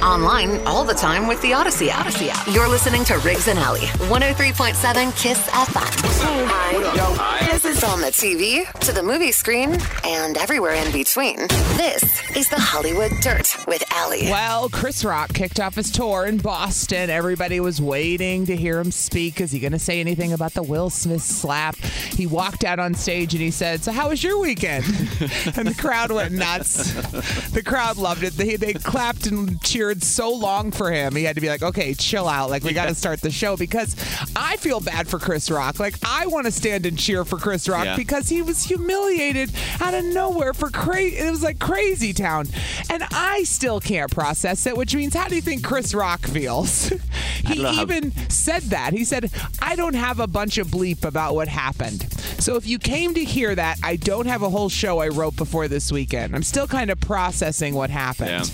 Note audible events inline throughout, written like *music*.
Online all the time with the Odyssey Odyssey app. You're listening to Riggs and Alley. 103.7 KISS FM. Hey, hi. This is on the TV, to the movie screen, and everywhere in between. This is the Hollywood Dirt with Alley. Well, Chris Rock kicked off his tour in Boston. Everybody was waiting to hear him speak. Is he going to say anything about the Will Smith slap? He walked out on stage and he said, So, how was your weekend? *laughs* and the crowd went nuts. The crowd loved it. They, they clapped and cheered so long for him. He had to be like, Okay, chill out. Like, we got to start the show because I feel bad for Chris Rock. Like, I want to stand and cheer for Chris Rock Yeah. because he was humiliated out of nowhere for crazy. It was like crazy town, and I still can't process it. Which means, how do you think Chris Rock feels? *laughs* he don't know how- even said that. He said, "I don't have a bunch of bleep about what happened." So if you came to hear that, I don't have a whole show I wrote before this weekend. I'm still kind of processing what happened.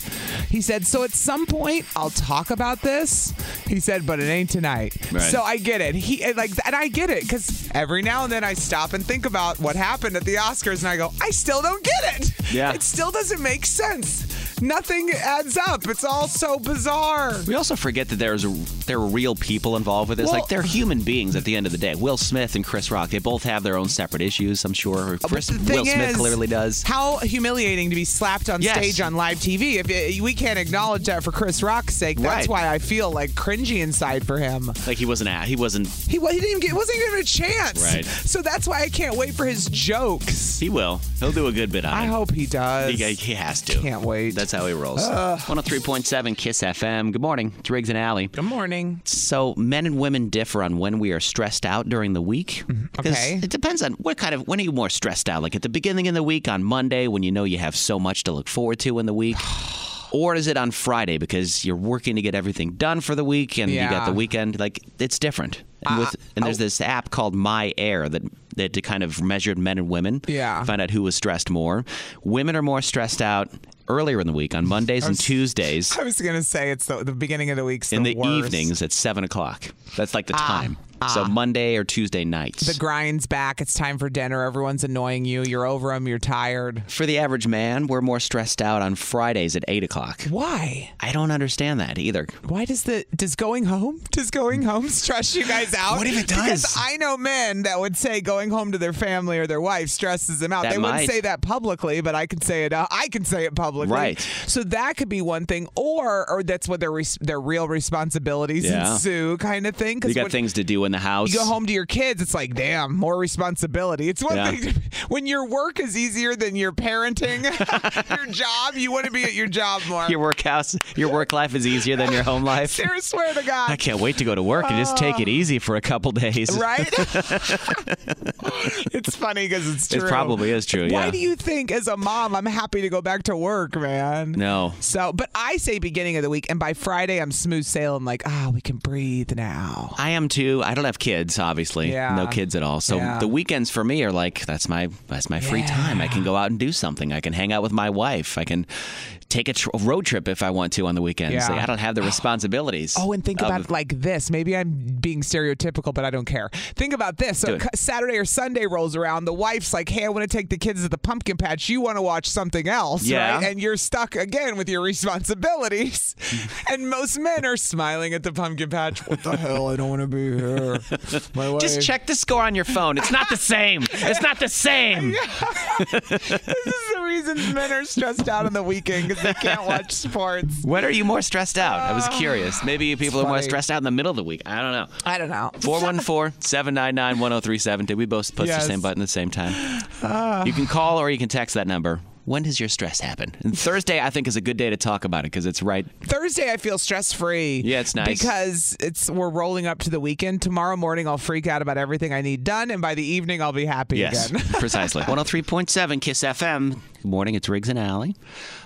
He said, "So at some point I'll talk about this." He said, "But it ain't tonight." Right. So I get it. He and like, and I get it because every now and then I stop and think about what happened at the Oscars, and I go, I still don't get it. Yeah. it still doesn't make sense. Nothing adds up. It's all so bizarre. We also forget that there's there are real people involved with this. Well- like they're human beings at the end of the day. Will Smith and Chris Rock, they both have their own separate issues. I'm sure. Uh, But Chris, the thing Will Smith is, clearly does. How humiliating to be slapped on Yes. stage on live TV. If it, we can't acknowledge that for Chris Rock's sake, Right. that's why I feel like cringy inside for him. Like he wasn't at. He wasn't. He, wa- he didn't even get, wasn't even a chance. Right. So that's why I can't wait for his jokes. He will. He'll do a good bit on I it. hope he does. He, he has to. Can't wait. That's how he rolls. 103.7 Kiss FM. Good morning. It's Riggs and Alley. Good morning. So men and women differ on when we are stressed out during the week. 'Cause Mm-hmm. Okay. It depends on what kind of when are you more stressed out? Like at the beginning of the week on Monday when you know you have so much to look forward to in the *sighs* week. Or is it on Friday because you're working to get everything done for the week and you Yeah. Uh, oh. got the weekend? Like it's different. And, with, and there's this app called My Air that that to kind of measured men and women. Yeah. Find out who was stressed more. Women are more stressed out earlier in the week on Mondays and Tuesdays I was gonna say it's the, the beginning of the week's in the, worst. Ah, evenings at seven o'clock. That's like the time. So Monday or Tuesday nights. The grind's back. It's time for dinner. Everyone's annoying you. You're over them. You're tired. For the average man, we're more stressed out on Fridays at eight o'clock. Why? I don't understand that either. Why does the does going home does going home stress you guys out? What if it Because does? I know men that would say going home to their family or their wife stresses them out. That they wouldn't might. say that publicly, but I can say it. Uh, I can say it publicly. Right. So that could be one thing, or or that's what their res- their real responsibilities Yeah. ensue kind of thing. 'Cause You got when- things to do in the house. you go home to your kids, it's like, damn, more responsibility. It's one Yeah. thing to, *laughs* when your work is easier than your parenting, *laughs* your job. You want to be at your job more. Your work house, your work life is easier than your home *laughs* life. I swear to God. I can't wait to go to work and just take it easy for a couple days. *laughs* Ah. right? it's funny because it's It true. probably is true. Why yeah. do you think, as a mom, I'm happy to go back to work, man? No. So, but I say beginning of the week, and by Friday, I'm smooth sailing, like, ah, we can breathe now. I am too. I don't have kids, obviously. Yeah. No kids at all. So Yeah. the weekends for me are like that's my that's my free time. I can go out and do something. I can hang out with my wife. I can take a tr- road trip if I want to on the weekends. Yeah. Like, I don't have *gasps* the responsibilities. Oh, and think of- about it like this. Maybe I'm being stereotypical, but I don't care. Think about this. Do So it. c- Saturday or Sunday rolls around. The wife's like, hey, I want to take the kids to the pumpkin patch. You want to watch something else, Yeah. right? And you're stuck again with your *laughs* responsibilities. and most men are smiling at the pumpkin patch. What the hell? I don't want to be here. her. My wife. Just check the score on your phone. It's *laughs* not the same. It's not the same. This is the reason men are stressed out on the weekend because they can't watch sports. When are you more stressed out? I was curious. Maybe people are more funny. stressed out in the middle of the week. I don't know. I don't know. 414 799 1037. Did we both push Yes. Ah. the same button at the same time? you can call or you can text that number. When does your stress happen? And Thursday, I think, is a good day to talk about it because it's right. Thursday, I feel stress free. Yeah, it's nice. because it's we're rolling up to the weekend. Tomorrow morning, I'll freak out about everything I need done, and by the evening, I'll be happy Yes, again. *laughs* precisely. 103.7 Kiss FM. Good morning. It's Riggs and Alley.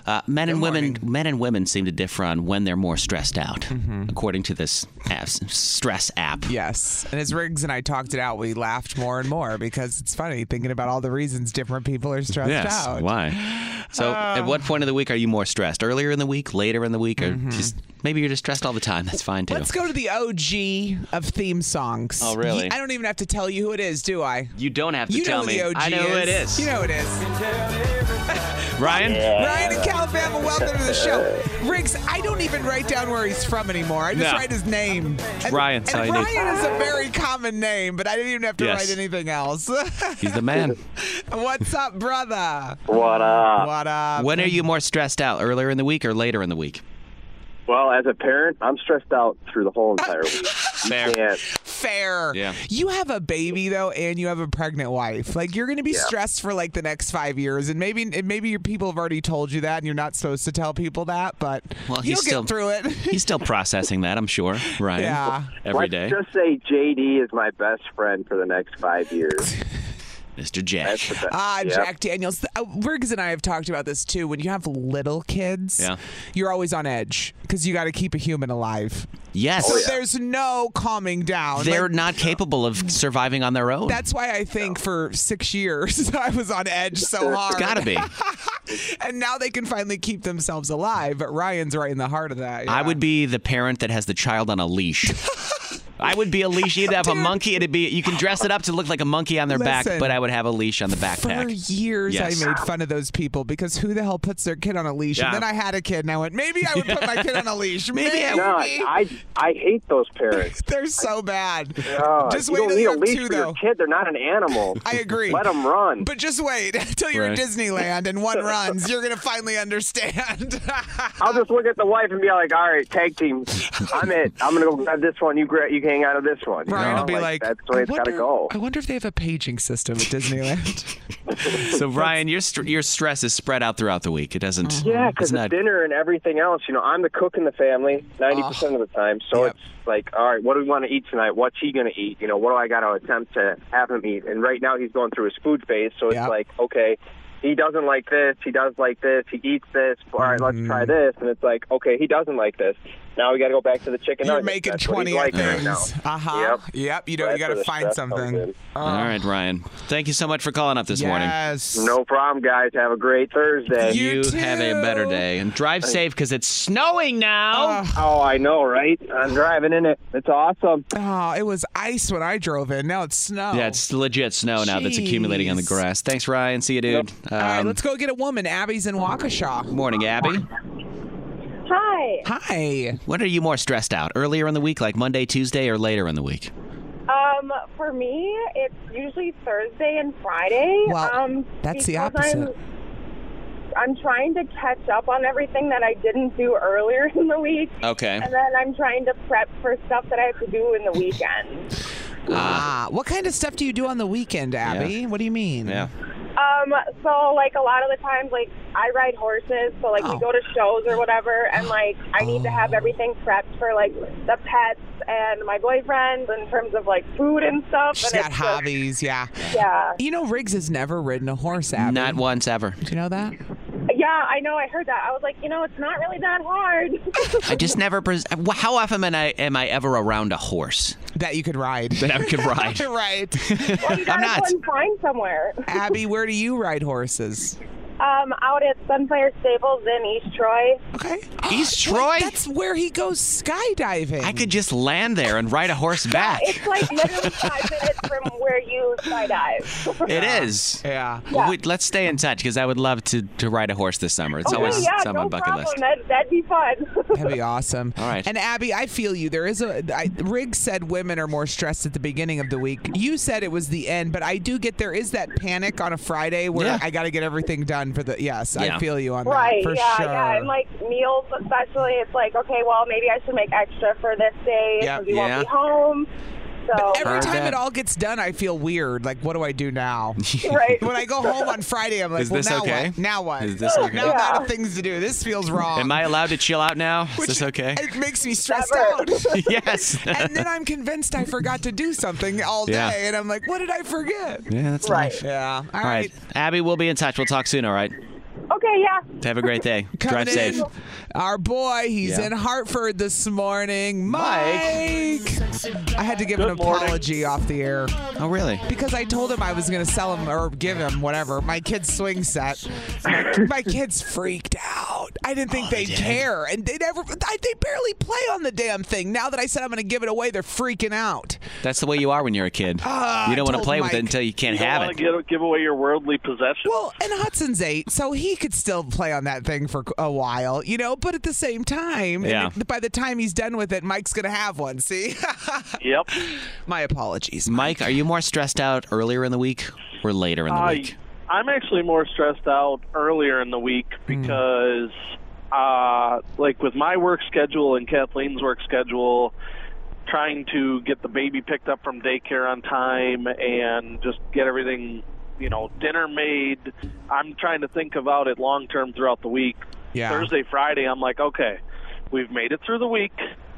Uh, men and women, men and women seem to differ on when they're more stressed out, Mm-hmm. according to this app, stress app. yes, and as Riggs and I talked it out, we laughed more and more because it's funny thinking about all the reasons different people are stressed Yes. out. Why? So, at what point of the week are you more stressed? Earlier in the week, later in the week, or just maybe you're just stressed all the time? That's fine too. Mm-hmm. Let's go to the OG of theme songs. Oh, really? Ye- I don't even have to tell you who it is, do I? You don't have to you tell know me. who the OG I know is. who it is. You know who it is. Ryan. Ryan in Calabama, welcome to the show. Riggs, I don't even write down where he's from anymore. I just No. write his name. And, Ryan's and how you Ryan need- is a very common name, but I didn't even have to Yes. write anything else. *laughs* He's the man. What's up, brother? What up? What up? When are you more stressed out? Earlier in the week or later in the week? Well, as a parent, I'm stressed out through the whole entire *laughs* week. You *laughs* Fair. can't- Fair. Yeah. You have a baby though, and you have a pregnant wife. Like you're going to be stressed for like the next five years, and maybe and maybe your people have already told you that, and you're not supposed to tell people that, but Well, you'll he's get still through it. *laughs* He's still processing that, I'm sure, Ryan. Yeah. Every Let's day. just say JD is my best friend for the next five *laughs* years. Mr. Jack. That's the best. Ah, Yep. Jack Daniels. Uh, Riggs and I have talked about this too. When you have little kids, Yeah. you're always on edge because you got to keep a human alive. Yes. Oh, So there's no calming down. Oh, They're Like, not capable of surviving on their own. that's why I think for six years *laughs* I was on edge so hard. it's gotta *laughs* be. *laughs* And now they can finally keep themselves alive. But Ryan's right in the heart of that. I yeah. would be the parent that has the child on a leash. I would be a leash. You'd have a monkey. It'd be you can dress it up to look like a monkey on their Listen. back, but I would have a leash on the For backpack. years, Yes. I made fun of those people because who the hell puts their kid on a leash? Yeah. And then I had a kid, and I went, maybe I would put my kid on a leash. *laughs* Maybe I No, I, I I hate those parents. *laughs* They're so bad. Oh, Just you wait don't till need you a have leash two, for though. your kid. They're not an animal. *laughs* I agree. Let them run. But just wait *laughs* until you're Right. in Disneyland and one runs. You're going to finally understand. *laughs* I'll just look at the wife and be like, "All right, tag team. I'm it. I'm gonna go grab this one. You grab. You hang out of this one." You Ryan know, will be like, "That's the way I it's gotta wonder- go." I wonder if they have a paging system *laughs* at Disneyland. So Ryan, your str your stress is spread out throughout the week. It doesn't. Yeah, it's because not- of dinner and everything else. You know, I'm the cook in the family ninety percent of the time. So Yep. it's like, all right, what do we want to eat tonight? What's he going to eat? You know, what do I got to attempt to have him eat? And right now he's going through his food phase, so it's Yep. like, okay, he doesn't like this. He does like this. He eats this. All right, let's try Mm-hmm. this. And it's like, okay, he doesn't like this. Now we got to go back to the chicken. you're nuggets. making That's what he's 20 liking right now. things. Uh huh. Yep. Yep. You know, you That's got to where the find stress comes something. in. All right, Ryan. Thank you so much for calling up this morning. Yes. No problem, guys. Have a great Thursday. You You have a better too. Ah. day and drive safe because it's snowing now. Oh, I know, right? I'm driving in it. It's awesome. Oh, it was ice when I drove in. Now it's snow. yeah, it's legit snow now that's accumulating on the Jeez. grass. Thanks, Ryan. See you, dude. All right, Um, let's go get a woman. Abby's in Waukesha. morning, Abby. Hi. Hi. When are you more stressed out? Earlier in the week, like Monday, Tuesday, or later in the week? Um, for me, it's usually Thursday and Friday. Well, um, that's the because opposite. I'm, I'm trying to catch up on everything that I didn't do earlier in the week, Okay. and then I'm trying to prep for stuff that I have to do in the weekend. Uh, Ah, what kind of stuff do you do on the weekend, Abby? What do you mean? Yeah. Um, so like a lot of the times, like I ride horses, so like Oh. we go to shows or whatever, and like I need to have everything prepped for like the pets and my boyfriend in terms of like food and stuff. She's and got it's just- hobbies. Yeah. yeah, You know, Riggs has never ridden a horse, Abby. Not once ever. Do you know that? yeah, I know. I heard that. I was like, you know, it's not really that hard. I just never. Pres- How often am I am I ever around a horse That you could ride. that I could ride? *laughs* right. well, I'm you gotta not. go and find somewhere. Abby, where do you ride horses? Um, out at Sunfire Stables in East Troy. *gasps* Okay. East Troy? That's where he goes skydiving. I could just land there and ride a horse back. It's like literally five minutes from where you skydive. It is. Yeah. Well, we- let's stay in touch because I would love to, to ride a horse this summer. It's Okay, always yeah, it's on my no bucket problem. list. That, that'd be fun. That'd be awesome. All right. And Abby, I feel you. There is a I, Rig said women are more stressed at the beginning of the week. You said it was the end, but I do get there is that panic on a Friday where Yeah. I got to get everything done for the. Yes, Yeah. I feel you on right. that for yeah, sure. yeah. And like meals, especially, it's like, okay, well, maybe I should make extra for this day Yeah, because you yeah. won't be home. So, Every Heard time that. it all gets done, I feel weird. Like, what do I *laughs* do now? right. when I go home on Friday, I'm like, Is well, this now okay? what? Now what? Is this okay? Now I'm out of things to do. This feels wrong. Am I allowed to chill out now? Is this *laughs* okay? *laughs* It makes me stressed Never. out. yes. and then I'm convinced I forgot to do something all day, Yeah. and I'm like, what did I forget? *laughs* yeah, that's Right. life. Yeah. All right. Abby, we'll be in touch. We'll talk soon, all right? Okay, yeah. Have a great *laughs* day. Coming Drive safe. in, Our boy, he's Yeah. in Hartford this morning. Mike. I had to give an apology off the air Oh, really? because I told him I was going to sell him or give him whatever my kid's swing set. My, my kids freaked out. I didn't Oh, think they'd care, and they never. I, they barely play on the damn thing. Now that I said I'm going to give it away, they're freaking out. That's the way you are when you're a kid. Ah, you don't I want to told play with Mike. it until you can't You don't have want it. to give, give away your worldly possessions. Well, and Hudson's eight, so he could still play on that thing for a while, you know. But at the same time, and Yeah. it- by the time he's done with it, Mike's gonna have one. See, *laughs* yep. my apologies. Mike, are you more stressed out earlier in the week or later in the I, week? I'm actually more stressed out earlier in the *laughs* week because, uh, like, with my work schedule and Kathleen's work schedule, trying to get the baby picked up from daycare on time and just get everything, you know, dinner made, I'm trying to think about it long term throughout the week. Yeah. Thursday, Friday, I'm like, okay, we've made it through the week.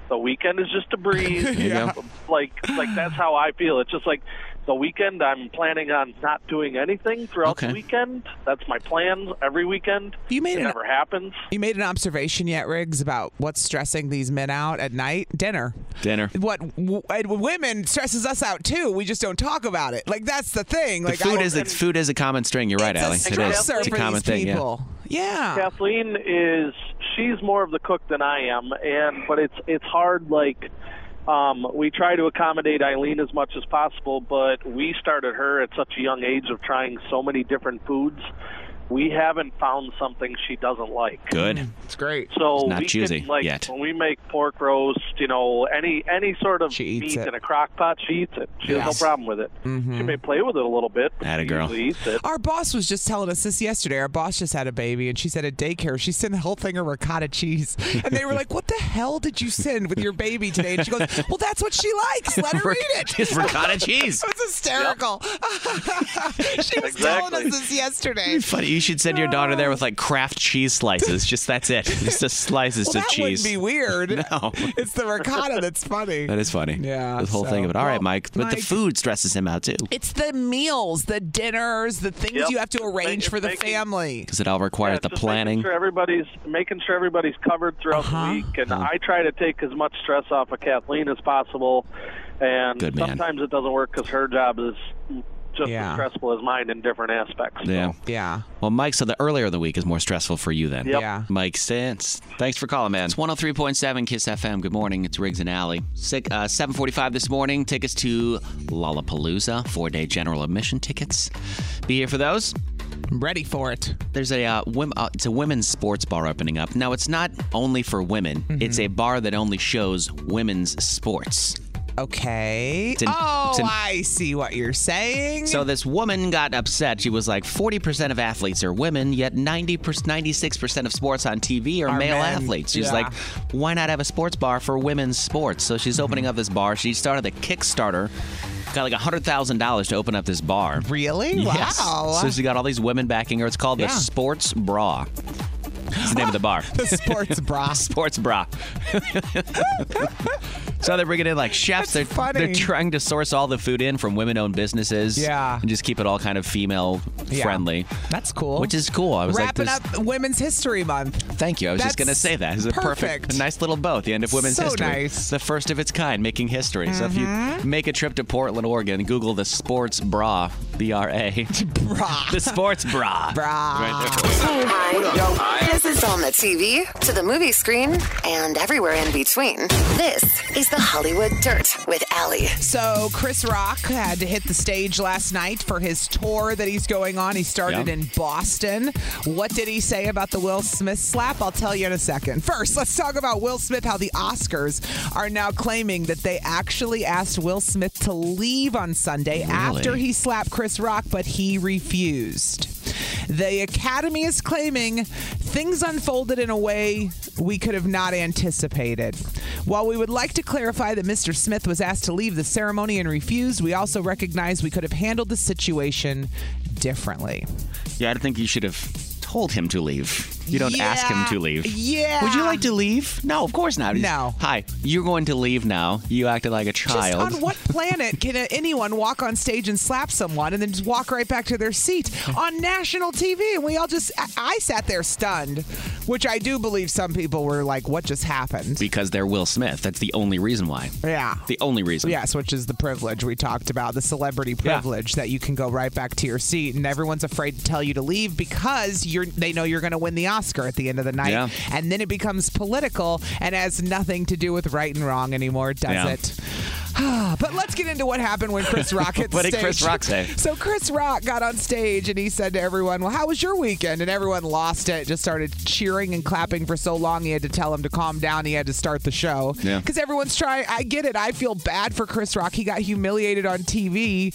The weekend is just a breeze. Yeah. Like, like that's how I feel. It's just like the weekend. I'm planning on not doing anything throughout Okay. the weekend. That's my plan every weekend. You made it an- never happens. You made an observation yet, Riggs, about what's stressing these men out at night? Dinner. Dinner. What w- and women stresses us out too. We just don't talk about it. Like that's the thing. The Like food I, is it's food is a common string. You're right, it's Allie. a It is. stressor It's a for common these thing. Yeah. people. Yeah. Kathleen is she's more of the cook than I am, and but it's it's hard. Like um, we try to accommodate Eileen as much as possible, but we started her at such a young age of trying so many different foods. We haven't found something she doesn't like. Good. It's great. So It's not we choosy can, like yet. when we make pork roast, you know, any any sort of She eats meat it. Mm-hmm. in a crock pot, she eats it. She has Yes. no problem with it. She may play with it a little bit, but she Atta girl. usually eats it. Our boss was just telling us this yesterday. Our boss just had a baby, and she said at daycare she sent a whole thing of ricotta cheese, and they were like, "What the hell did you send with your baby today?" And she goes, "Well, that's what she likes. Let her eat *laughs* it." It's ricotta cheese. *laughs* It was hysterical. *laughs* she was telling us Exactly. this yesterday. Funny, you should send your daughter there with like Kraft cheese slices. Just that's it. *laughs* Just the slices Well, of that cheese. wouldn't be weird. *laughs* No. it's the ricotta that's funny. that is funny. Yeah, The whole so- thing of it. All right, well, Mike. But the Mike- food stresses him out too. It's the meals, the dinners, the things Yep. you have to arrange It's for the making- family. Because it all requires Yeah, the just making planning. Uh-huh. sure everybody's making sure everybody's covered throughout the week, and I try to take as much stress off of Kathleen as possible. And Good man. sometimes it doesn't work because her job is just Yeah. as stressful as mine in different aspects. so. Yeah. Yeah. Well, Mike, so the earlier of the week is more stressful for you then. Yep. Yeah. Mike Stance. Thanks for calling, man. It's 103.7 Kiss FM. Good morning. It's Riggs and Alley. Six, uh, 745 this morning. Tickets to Lollapalooza. Four-day general admission tickets. Be here for those. I'm ready for it. There's a uh, wom- uh, it's a women's sports bar opening up. Now it's not only for women. It's a bar that only shows women's sports. Okay. in- oh, it's in- I see what you're saying. So this woman got upset. She was like, 40% of athletes are women, yet 90 96% of sports on TV are, Are male men. athletes. She's Yeah. like, why not have a sports bar for women's sports? So Mm-hmm. she's opening up this bar. She started a Kickstarter. Got like $100,000 to open up this bar. really? Yes. Wow. So she got all these women backing her. It's called the Yeah. Sports Bra. *laughs* It's the name of the bar. the sports bra. Sports Bra. *laughs* So they're bringing in like chefs. they're funny. they're trying to source all the food in from women-owned businesses. Yeah. and just keep it all kind of Yeah. female-friendly. That's cool. Which is cool. I was Wrapping like, this, up Women's History Month. Thank you. I was just That's gonna say that. It's a perfect, perfect. nice little bow at the end of women's So history. nice. Mm-hmm. The first of its kind, making history. So if you make a trip to Portland, Oregon, Google the sports bra, B R A, *laughs* bra, the sports bra, bra. Right there. Hi. This is on the TV, to the movie screen, and everywhere in between. This is the Hollywood Dirt with Allie. So Chris Rock had to hit the stage last night for his tour that he's going on. He started Yeah. in Boston. What did he say about the Will Smith slap? I'll tell you in a second. First, let's talk about Will Smith. How the Oscars are now claiming that they actually asked Will Smith to leave on Sunday after he slapped Chris Rock, but he refused. The Academy is claiming things unfolded in a way we could have not anticipated. While we would like to clarify that Mr. Smith was asked to leave the ceremony and refused, we also recognize we could have handled the situation differently. Yeah, I think you should have told him to leave. You don't ask him Yeah. to leave. Yeah. Would you like to leave? No, of course not. No. Hi, you're going to leave now. You acted like a Just child. on what planet can anyone walk on stage and slap someone and then just walk right back to their seat on national TV? And we all just, I, I sat there stunned, which I do believe some people were like, what just happened? because they're Will Smith. That's the only reason why. Yeah. The only reason. Yes, which is the privilege we talked about, the celebrity Yeah. privilege that you can go right back to your seat, and everyone's afraid to tell you to leave because you're they know you're going to win the Oscar at the end of the night, Yeah. and then it becomes political and has nothing to do with right and wrong anymore, does Yeah. it? *sighs* but let's get into what happened when Chris Rock hit *laughs* the What did stage. Chris Rock say? So Chris Rock got on stage and he said to everyone, "Well, how was your weekend?" And everyone lost it, just started cheering and clapping for so long. He had to tell him to calm down. He had to start the show Yeah. because everyone's trying. I get it. I feel bad for Chris Rock. He got humiliated on TV,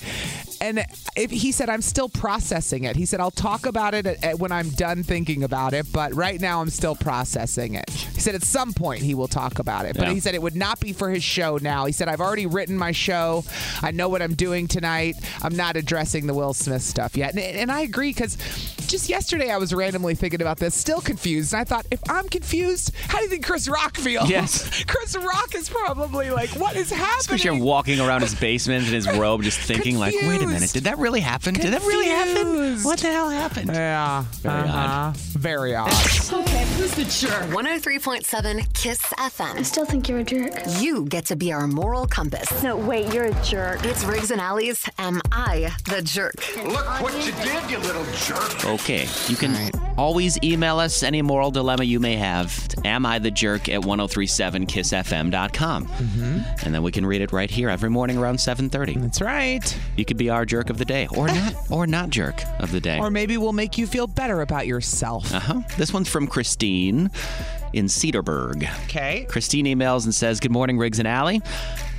and if, he said, "I'm still processing it." He said, "I'll talk about it at, at- when I'm done thinking about it, but right now I'm still processing it." He said, "At some point he will talk about it," but Yeah. he said it would not be for his show now. He said, "I've already written my show. I know what I'm doing tonight. I'm not addressing the Will Smith stuff yet," and, and I agree because. Just yesterday, I was randomly thinking about this, still confused. And I thought, if I'm confused, how do you think Chris Rock feels? Yes. *laughs* Chris Rock is probably like, what is happening? Because you're walking around his basement in his robe, just thinking, like, wait a minute, Confused. did that really happen? Did that really happen? Confused. What the hell happened? Yeah. Uh-huh. Very odd. Very odd. 103.7 Kiss FM. still think you're a jerk. You get to be our moral compass. No, wait, you're a jerk. It's Riggs and Allies. Am I the jerk? Okay. You can always email us any moral dilemma you may have. Am I the jerk at 1037kissfm.com. Mm-hmm. And then we can read it right here every morning around 7:30. That's right. You could be our jerk of the day or not or not jerk of the day. Or maybe we'll make you feel better about yourself. Uh-huh. This one's from Christine in Cedarburg. Okay. Christine emails and says, Good morning, Riggs and Allie.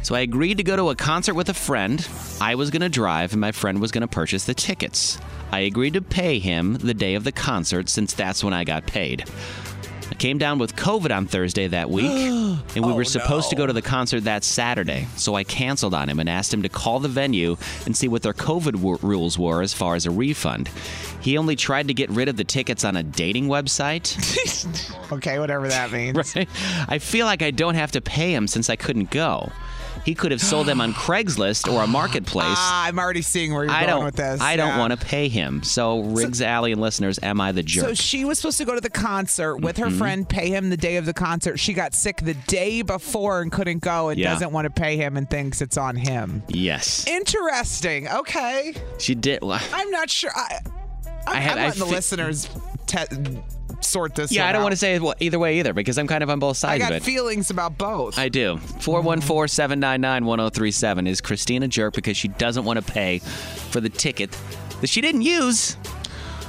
So I agreed to go to a concert with a friend. I was going to drive, and my friend was going to purchase the tickets. I agreed to pay him the day of the concert since that's when I got paid. I came down with COVID on Thursday that week, and we were supposed to go to the concert that Saturday. So I canceled on him and asked him to call the venue and see what their COVID w- rules were as far as a refund. He only tried to get rid of the tickets on a dating website. Okay, whatever that means. *laughs* Right? I feel like I don't have to pay him since I couldn't go. He could have sold *gasps* them on Craigslist or a marketplace. Ah, I'm already seeing where you're I going don't. with this. I don't Yeah. want to pay him. So Riggs Alley and listeners, am I the So jerk? she was supposed to go to the concert with her Mm-hmm. friend, pay him the day of the concert. She got sick the day before and couldn't go and Yeah. doesn't want to pay him and thinks it's on him. yes, Interesting. Okay. she did. well, I'm not sure. I, I'm, I had- I'm I letting the fi- listeners te- sort this yeah, one I don't out. want to say it wa- either way either because I'm kind of on both I sides got of it. feelings about both. I do. 414 799 1037. Is Christina a jerk because she doesn't want to pay for the ticket that she didn't use?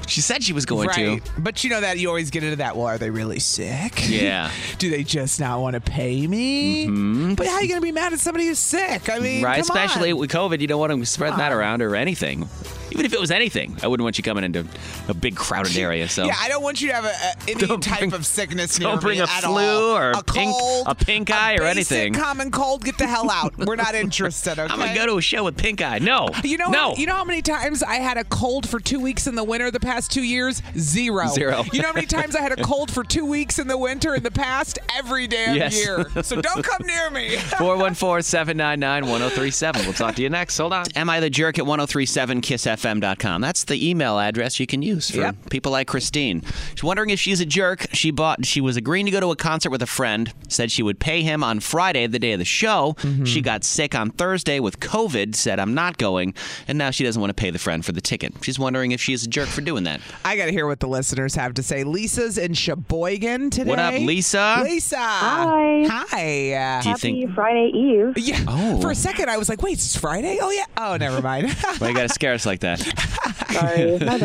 She said she was going right. to. But you know that you always get into that. Well, are they really sick? Yeah. *laughs* Mm-hmm. Do they just not want to pay me? But how are you going to be mad at somebody who's sick? I mean, right? come Especially on. with COVID, you don't want to spread that around or anything. Even if it was anything, I wouldn't want you coming into a big crowded area. So Yeah, I don't want you to have a, a- any type of sickness near don't bring me a at flu all. or a pink- cold, a pink eye or basic anything. common cold. Get the hell out. We're *laughs* not interested. Okay. I'm gonna go to a show with pink eye. No, You know, no. what- you know how many times I had a cold for two weeks in the winter the past two years? Zero. Zero. You know how many times I had *laughs* a cold for two weeks in the winter in the past? Every damn Yes. *laughs* year. So don't come near me. 414-799-1037. We'll talk to you next. Hold on. Am I the jerk at 1037kissfm.com? That's the email address you can use for people like Christine. She's wondering if she's a jerk. She bought she was agreeing to go to a concert with a friend, said she would pay him on Friday, the day of the show. She got sick on Thursday with COVID, said I'm not going, and now she doesn't want to pay the friend for the ticket. She's wondering if she's a jerk for doing that. I got to hear what the listeners have to say. Lisa's in Sheboygan today. What up, Lisa? Lisa. Hi. Hi. Do you think- Friday Eve. Yeah. Oh. For a second, I was like, wait, it's Friday? Oh, yeah. Oh, never mind. *laughs* Why you gotta scare us like that? Sorry. *laughs*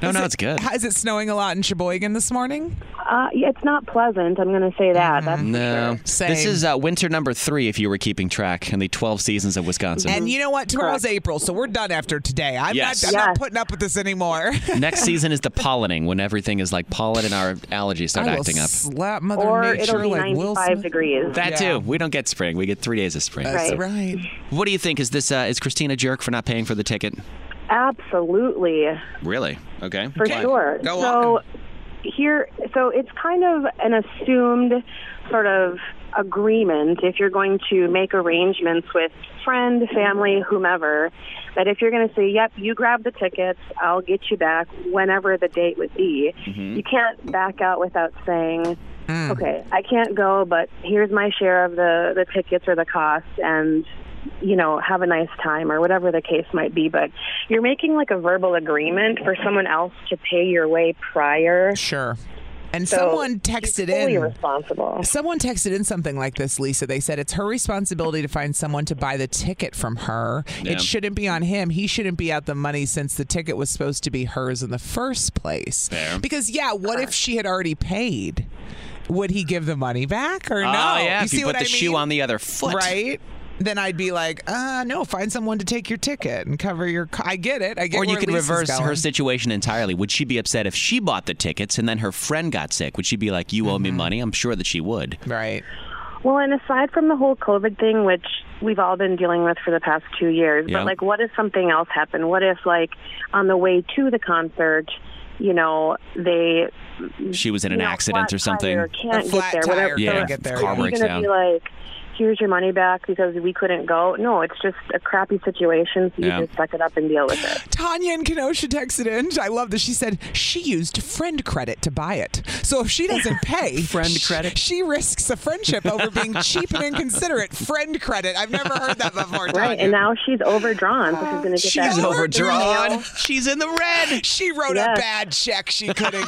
No, no, no, it's good. Is it snowing a lot in Sheboygan this morning? Uh, yeah, it's not pleasant. I'm going to say that. That's No. Same. Mm-hmm. This is uh, winter number three, if you were keeping track, in the 12 seasons of Wisconsin. And you know what? Tomorrow's April, so we're done after today. I'm, Yes. not, I'm not Yes. putting up with this anymore. *laughs* Next season is the pollinating, when everything is like pollen and our allergies start *laughs* I will acting up. slap Mother or Nature it'll be like Will 95 Smith. degrees. That too. We don't get spring. We get three days of spring. That's Right. right. What do you think? Is this uh, is Christina jerk for not paying for the ticket? Absolutely. Really? Okay. For Why? sure. so here, so it's kind of an assumed sort of agreement if you're going to make arrangements with friend, family, whomever, that if you're going to say, "Yep, you grab the tickets, I'll get you back whenever the date would be," you can't back out without saying. Mm. Okay, I can't go, but here's my share of the the tickets or the cost, and you know, have a nice time or whatever the case might be. But you're making like a verbal agreement for someone else to pay your way prior. Sure. And So someone texted he's fully in. responsible. Someone texted in something like this, Lisa. They said it's her responsibility to find someone to buy the ticket from her. Yeah. It shouldn't be on him. He shouldn't be out the money since the ticket was supposed to be hers in the first place. Because yeah, what if she had already paid? Would he give the money back or Oh, no? yeah. you if see you put what the I mean? shoe on the other foot. Right? Then I'd be like, uh, no, find someone to take your ticket and cover your. Co- I get it. I get. Or you where could Lisa's reverse her going. situation entirely. Would she be upset if she bought the tickets and then her friend got sick? Would she be like, "You owe me Mm-hmm. money"? I'm sure that she would. Right. Well, and aside from the whole COVID thing, which we've all been dealing with for the past two years, Yeah. but like, what if something else happened? What if, like, on the way to the concert, you know, they She was in an you know, accident flat or something. tire, can't A get flat there, tire whatever. Yeah, so get there, Are car you breaks gonna down. be like, here's your money back because we couldn't go? No, it's just a crappy situation, so you Yeah. just suck it up and deal with it. Tanya in Kenosha texted in. I love this. She said she used friend credit to buy it. So if *laughs* she doesn't pay friend credit, she risks a friendship over being cheap and inconsiderate. Friend credit. I've never heard that before. Right, and now she's overdrawn, so she's going to get that. She's overdrawn. She's in the red. She wrote a Yes. bad check she couldn't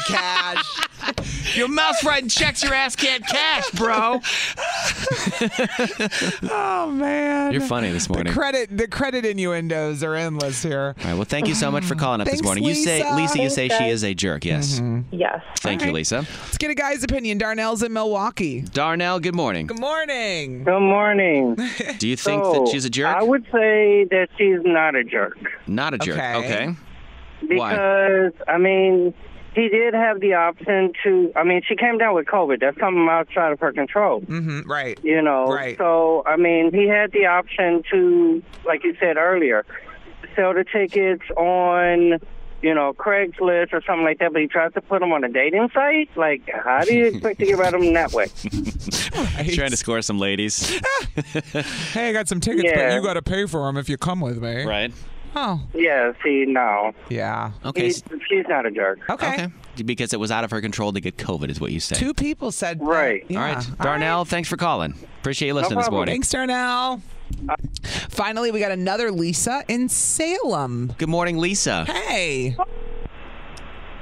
*laughs* cash. Your mouth's writing checks your ass can't cash, bro. *laughs* oh *laughs* man. You're funny this morning. The credit the credit innuendos are endless here. All right. Well, thank you so much for calling up Thanks, this morning. You say, Lisa. Lisa, you Thanks, say she guys. is a jerk. Yes. Yes. Thank you, Lisa. Let's get a guy's opinion. Darnell's in Milwaukee. Darnell, good morning. Good morning. Good morning. *laughs* Do you think So, that she's a jerk? I would say that she's not a jerk. Not a jerk. Okay. Okay. Why? Because, I mean, he did have the option to. I mean, she came down with COVID. That's something outside of her control. Mm-hmm. Right. You know? Right. So, I mean, he had the option to, like you said earlier, sell the tickets on. You know, Craigslist or something like that, but he tries to put them on a dating site. Like, how do you expect to get rid of them that *laughs* way? Trying to score some ladies. Hey, I got some tickets, Yeah. but you got to pay for them if you come with me. Right. Oh. Yeah, see, no. Yeah. Okay. He's, she's not a jerk. Okay. Because it was out of her control to get COVID, is what you say. Two people said Right. All right. Darnell, thanks for calling. Appreciate you listening this morning. Thanks, Darnell. Finally, we got another Lisa in Salem. Good morning, *laughs* Lisa. Hey.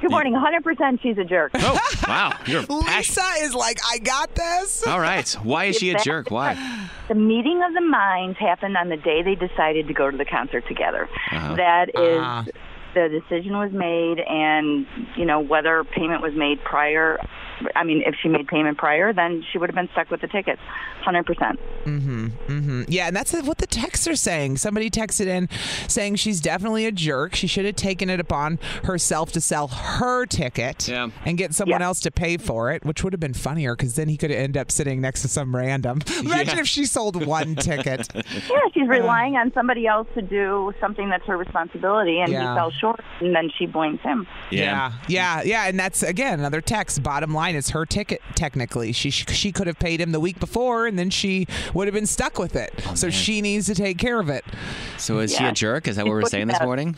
Good morning. 100% she's a jerk. Oh, wow. You're Lisa is like, I got this. All right. Why is she a jerk? Why? The meeting of the minds happened on the day they decided to go to the concert together. Uh-huh. That is, Ah. the decision was made, and, you know, whether payment was made prior, I mean, if she made payment prior, then she would have been stuck with the tickets, 100%. Mm-hmm. Mm-hmm. Yeah, and that's what the texts are saying. Somebody texted in saying she's definitely a jerk. She should have taken it upon herself to sell her ticket and get someone else to pay for it, which would have been funnier because then he could end up sitting next to some random. *laughs* Imagine if she sold one ticket. Yeah, Uh-huh. she's relying on somebody else to do something that's her responsibility, and Yeah. he fell short, and then she blames him. Yeah. yeah, yeah, and that's again another text. Bottom line is her ticket. Technically, she she could have paid him the week before, and then she would have been stuck with it. so she needs to take care of it. So is she a jerk? Is that what we're saying this morning?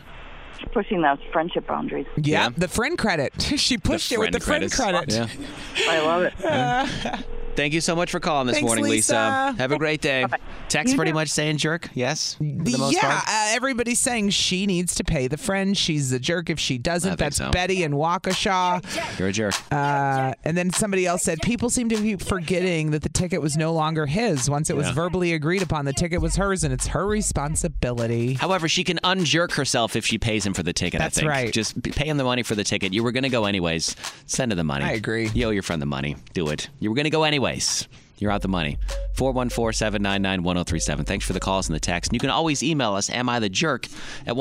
She's pushing those friendship boundaries. Yeah, the friend credit. *laughs* she pushed it with the friend credit. I love it. Thank you so much for calling this Thanks, morning, Lisa. Lisa. Have a great day. Text pretty much saying jerk. Yes. For the most yeah, part. uh, everybody's saying she needs to pay the friend. She's a jerk if she doesn't. That's so. Betty and Waukesha. You're a jerk. Uh, and then somebody else said people seem to be forgetting that the ticket was no longer his. Once it was Yeah. verbally agreed upon, the ticket was hers, and it's her responsibility. However, she can unjerk herself if she pays him for the ticket. That's I think. right. Just p- pay him the money for the ticket. You were going to go anyways. Send her the money. I agree. You owe your friend the money. Do it. You were going to go anyways. You're out the money. 414 799 1037. Thanks for the calls and the text. And you can always email us, am I the jerk, at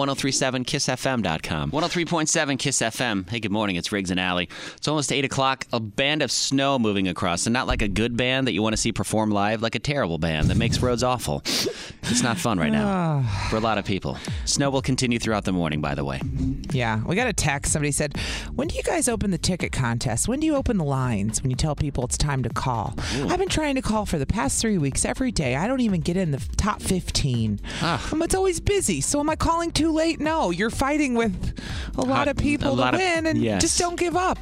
1037kissfm.com. 103.7 Kiss FM. Hey, good morning. It's Riggs and Alley. It's almost 8 o'clock. A band of snow moving across. And not like a good band that you want to see perform live, like a terrible band that makes roads awful. It's not fun right *sighs* now for a lot of people. Snow will continue throughout the morning, by the way. Yeah, we got a text. Somebody said, "When do you guys open the ticket contest? When do you open the lines? When you tell people it's time to call?" I've been trying to call for the past three weeks every day. I don't even get in the top fifteen. Ah. Um, it's always busy. So am I calling too late? No, you're fighting with a lot of people lot to of- win, and yes. just don't give up.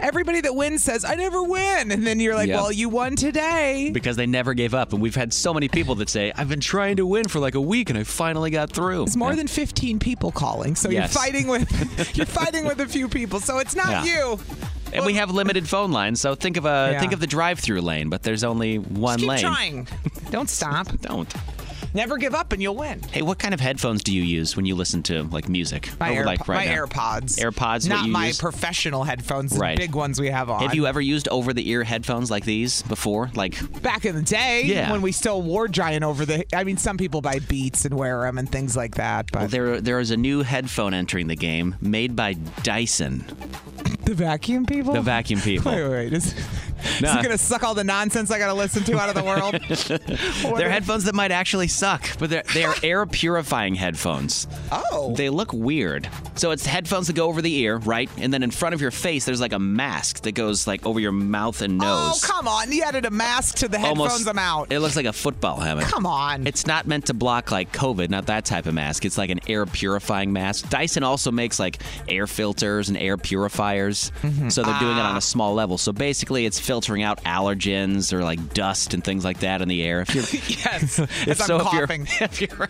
Everybody that wins says, "I never win," and then you're like, Yeah. "Well, you won today." Because they never gave up. And we've had so many people that say, I've been trying to win for like a week and I finally got through. It's more than 15 people calling, so Yes. you're *laughs* fighting with you're fighting with a few people. So it's not Yeah. you. And we have limited phone lines, so think of a Yeah. think of the drive-through lane, but there's only one Keep lane. *laughs* trying. Don't stop. Don't. Never give up and you'll win. Hey, what kind of headphones do you use when you listen to like music? My, Or, Airpo- like right my now? AirPods. AirPods. Not what you my use? professional headphones, the Right. big ones we have on. Have you ever used over-the-ear headphones like these before? Like Back in the day, Yeah. when we still wore giant over the, I mean, some people buy Beats and wear them and things like that. But Well, there there is a new headphone entering the game made by Dyson, the vacuum people, the vacuum people. *laughs* Wait, wait, wait. Is, Nah. is it gonna suck all the nonsense I gotta listen to out of the *laughs* world? they're headphones that might actually suck, but they're, they're air purifying headphones. Oh. They look weird. So it's headphones that go over the ear, right? And then in front of your face, there's like a mask that goes like over your mouth and oh nose. come on! You added a mask to the headphones. Almost, I'm out. It looks like a football helmet. Come on. *laughs* It's not meant to block like COVID, not that type of mask. It's like an air purifying mask. Dyson also makes like air filters and air purifiers. Mm-hmm. So they're doing it Ah. on a small level. So basically, it's filtering out allergens or like dust and things like that in the air. If you're, *laughs* *laughs* yes, if, as I'm so, if you're, *laughs* coughing. if you're,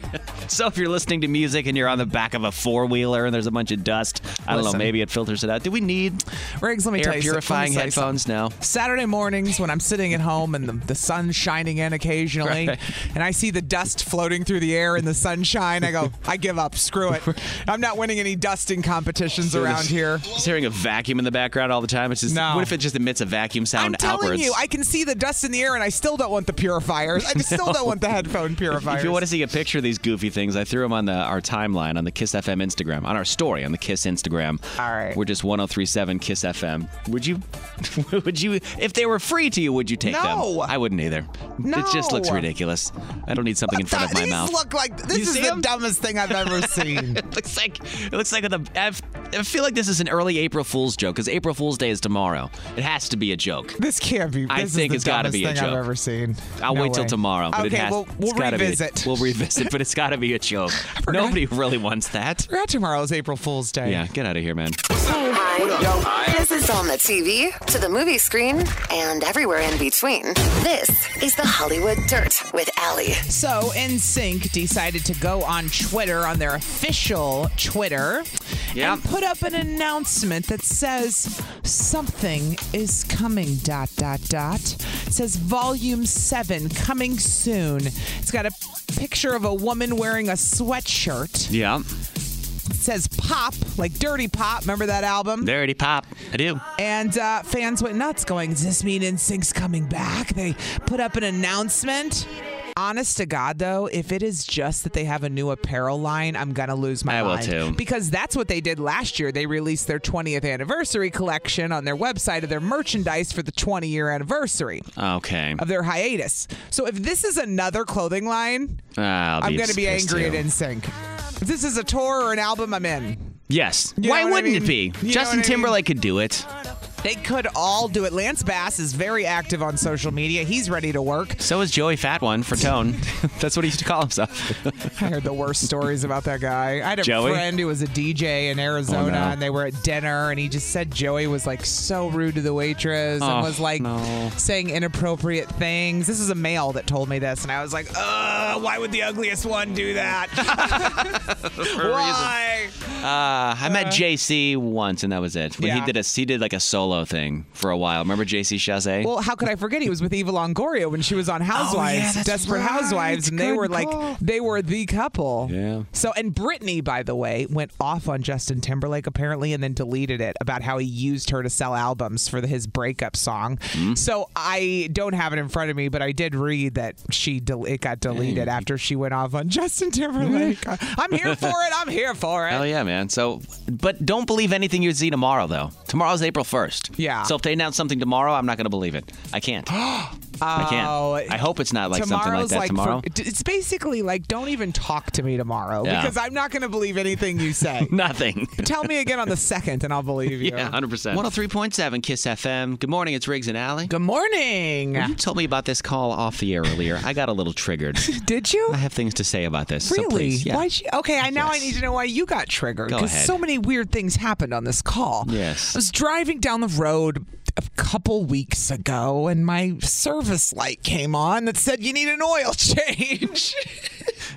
so if you're listening to music and you're on the back of a four wheeler and there's a bunch of dust, I don't know, Listen. maybe it filters it out. Do we need Riggs, let me air tell you something. Let me purifying tell you headphones? No. Saturday mornings when I'm sitting at home and the, the sun's shining in occasionally, Right. and I see the dust floating through the air in the sunshine, I go, I give up. *laughs* Screw it. I'm not winning any dusting competitions around here. Just hearing a vacuum in the background all the time. It's just No. what if it just emits a vacuum sound I'm telling outwards? you, I can see the dust in the air, and I still don't want the purifiers. I just still don't want the headphone *laughs* purifiers. If you want to see a picture of these goofy things, I threw them on the our timeline on the Kiss FM Instagram, on our story on the Kiss Instagram. All right. We're just 1037 Kiss FM. Would you *laughs* would you if they were free to you, would you take No. them? I wouldn't either. It just looks No. ridiculous. I don't need something in *laughs* front of my these mouth. look like this is see the 'em? dumbest thing I've *laughs* ever seen. it looks like it looks like the I've, I feel like this is an early April Fool's joke because April Fool's Day is tomorrow. It has to be a joke. This can't be. I this is think the it's gotta dumbest be a thing joke. I've ever seen. I'll No wait till way. tomorrow. But Okay, it has, we'll, it's we'll gotta be a- revisit. we'll revisit, but it's got to be a *laughs* joke. Nobody really wants that. forgot tomorrow is April Fool's Day. Yeah, get out of here, man. This is on the TV, to the movie screen, and everywhere in between. This is the Hollywood Dirt with Allie. So NSYNC decided to go on Twitter, on their official Twitter, and put up an announcement that says something is coming. Dot dot dot. It says Volume Seven coming soon. It's got a picture of a woman wearing a sweatshirt. Yeah. It says pop, like dirty pop. Remember that album? Dirty pop. I do. And uh, fans went nuts, going, "Does this mean Insync's coming back?" They put up an announcement. Honest to God, though, if it is just that they have a new apparel line, I'm gonna lose my I will mind. too. Because that's what they did last year. They released their 20th anniversary collection on their website of their merchandise for the 20 year anniversary Um. Okay. of their hiatus. So if this is another clothing line, i I'm going to be angry too. at NSYNC. If this is a tour or an album, I'm in. Yes. You Why know what I wouldn't it mean? be? You know Justin what I mean? Timberlake could do it. They could all do it. Lance Bass is very active on social media. He's ready to work. So is Joey Fat One for *laughs* Tone. That's what he used to call himself. I heard the worst stories about that guy. I had a Joey? friend who was a DJ in Arizona, Oh, no. and they were at dinner, and he just said Joey was like so rude to the waitress Oh, and was like saying inappropriate things. This is a male that told me this, and I was like, ugh, why would the ugliest one do *laughs* that? *laughs* why? *laughs* Uh, I met JC once, and that was it. When he Yeah. did a he did like a solo thing for a while. Remember JC Chazé? Well, how could I forget he was with Eva Longoria when she was on Housewives, Oh, yeah, that's Desperate right. Housewives, and they Good were call. like they were the couple. Yeah. So and Britney, by the way, went off on Justin Timberlake apparently, and then deleted it about how he used her to sell albums for the, his breakup song. Mm-hmm. So I don't have it in front of me, but I did read that she del- it got deleted after she went off on *laughs* Justin Timberlake. I'm here for it. I'm here for it. Hell Oh, yeah, man. So, but don't believe anything you see tomorrow, though. Tomorrow's April 1st. Yeah. So if they announce something tomorrow, I'm not going to believe it. I *gasps* can't. I can't. Oh, I hope it's not like something like Tomorrow's that like for- tomorrow. d- it's basically like don't even talk to me tomorrow Yeah. because I'm not going to believe anything *laughs* you say. *laughs* Nothing. Tell me again on the second, and *laughs* I'll believe you. Yeah, 100%. 103.7 Kiss FM. Good morning. It's Riggs and Alley. Good morning. you told me about this call off the air earlier. I got a little *laughs* triggered. Did you? I have things to say about this. So Really? please, yeah. Why? She, okay, I now I need to know why you got triggered Go because ahead. so many weird things happened on this call. Yes. I was driving down the road a couple weeks ago, and my service light came on that said you need an oil *laughs* change. *laughs*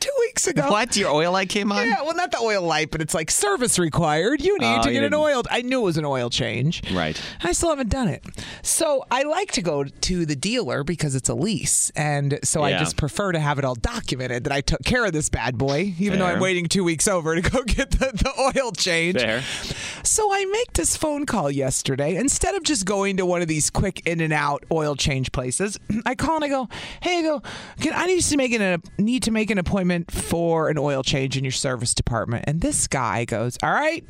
Two weeks ago. What? Your oil light came on? Yeah, well, not the oil light, but it's like service required. You need Oh, to you get an didn't- oiled. I knew it was an oil change. Right. I still haven't done it. So I like to go to the dealer because it's a lease. And so I Yeah. just prefer to have it all documented that I took care of this bad boy, even though Fair. I'm waiting two weeks over to go *laughs* get the, the oil change. Fair. So I make this phone call yesterday. Instead of just going to one of these quick in and out oil change places, *clears throat* I call and I go, "Hey, I go, can I need to make an need to make an appointment for an oil change in your service department?" And this guy goes, "All right."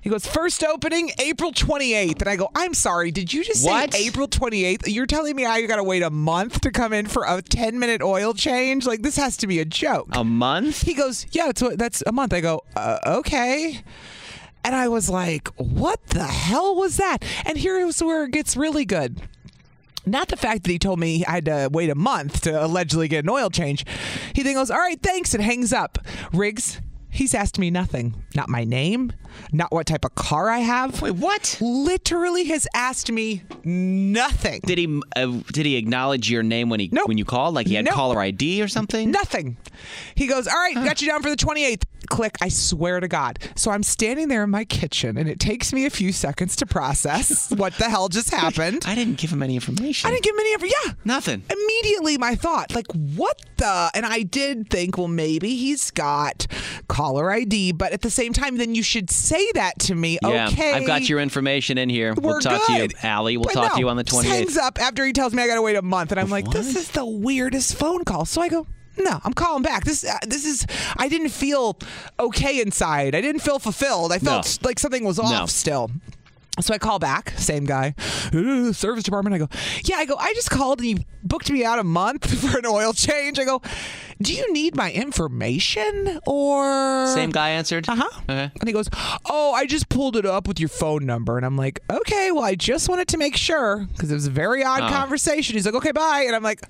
He goes, first opening April 28th." And I go, "I'm sorry, did you just What? say April 28th? You're telling me I got to wait a month to come in for a 10-minute oil change? Like this has to be a joke." A month? He goes, "Yeah, it's what that's a month." I go, uh, "Okay." And I was like, what the hell was that? And here's where it gets really good. Not the fact that he told me I had to wait a month to allegedly get an oil change. He then goes, all right, thanks, and hangs up. Riggs, he's asked me nothing. Not my name, not what type of car I have. Wait, what? Literally has asked me nothing. Did he uh, did he acknowledge your name when he when you called? Like he had Nope. caller ID or something? Nothing. He goes, All right, got you down for the 28th. Click, I swear to God. So I'm standing there in my kitchen and it takes me a few seconds *laughs* to process what the hell just happened. I didn't give him any information. I didn't give him any information. Yeah. Nothing. Immediately my thought, like, what the? And I did think, well, maybe he's got caller ID, but at the same time, then you should say that to me. Yeah, okay. I've got your information in here. We're we'll talk good. to you, Allie. We'll But talk no, to you on the just 28th. Hangs up after he tells me I got to wait a month, and I'm like, this is the weirdest phone call. So I go, no, I'm calling back. This uh, this is. I didn't feel okay inside. I didn't feel fulfilled. I felt like something was off still. So I call back, same guy, "Uh, service department. I go, yeah, I go, I just called and you booked me out a month *laughs* for an oil change. I go, do you need my information or? Same guy answered. Uh huh. Okay. And he goes, Oh, I just pulled it up with your phone number. And I'm like, Okay, well, I just wanted to make sure because it was a very odd Oh. conversation. He's like, Okay, bye. And I'm like,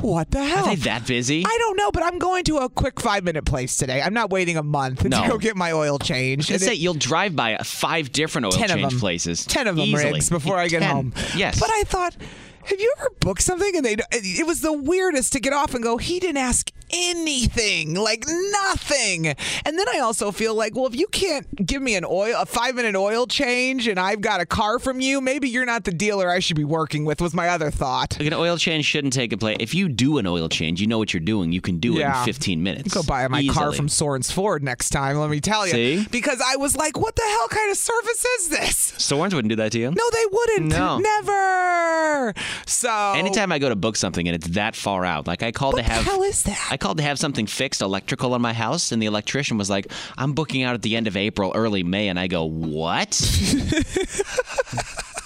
What the hell? Are they that busy? I don't know, but I'm going to a quick five minute place today. I'm not waiting a month No. to go get my oil change. Let's And say it- you'll drive by five different oil 10 of change them. places. 10 of them, easily. Riggs, before I get 10. home. Yes. But I thought, have you ever booked something and they? It was the weirdest to get off and go. He didn't ask anything, like nothing. And then I also feel like, well, if you can't give me an oil, a five minute oil change, and I've got a car from you, maybe you're not the dealer I should be working with. Was my other thought. Like an oil change shouldn't take a place. If you do an oil change, you know what you're doing. You can do it Yeah. in 15 minutes. Go buy my car Easily. from Soren's Ford next time. Let me tell you, See? because I was like, what the hell kind of service is this? Soren's wouldn't do that to you. No, they wouldn't. No. Never. So Anytime I go to book something and it's that far out, like I called to have How is that? I called to have something fixed electrical on my house, and the electrician was like, "I'm booking out at the end of April, early May," and I go, *laughs* "What?"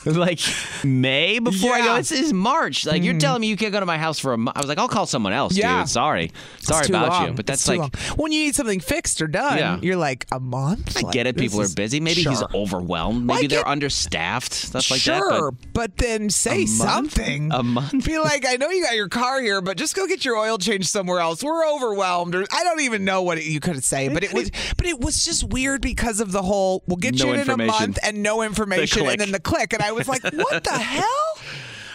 like May before I go, this is March. Like you're telling me you can't go to my house for a month. I was like, "I'll call someone else, Yeah. dude. Sorry, sorry It's too about you." long. But that's It's too like, long. when you need something fixed or done, Yeah. you're like a month. I get it. People are busy. Maybe he's overwhelmed. Maybe they're understaffed. Stuff like that. sure, but- but then say month? something. A month? Be like, I know you got your car here, but just go get your oil change somewhere else. We're overwhelmed, or I don't even know what it- you could say. But it was, but it was just weird because of the whole. We'll get No you in, in a information. month and no information, click. and then the click. And I was like, *laughs* what the hell?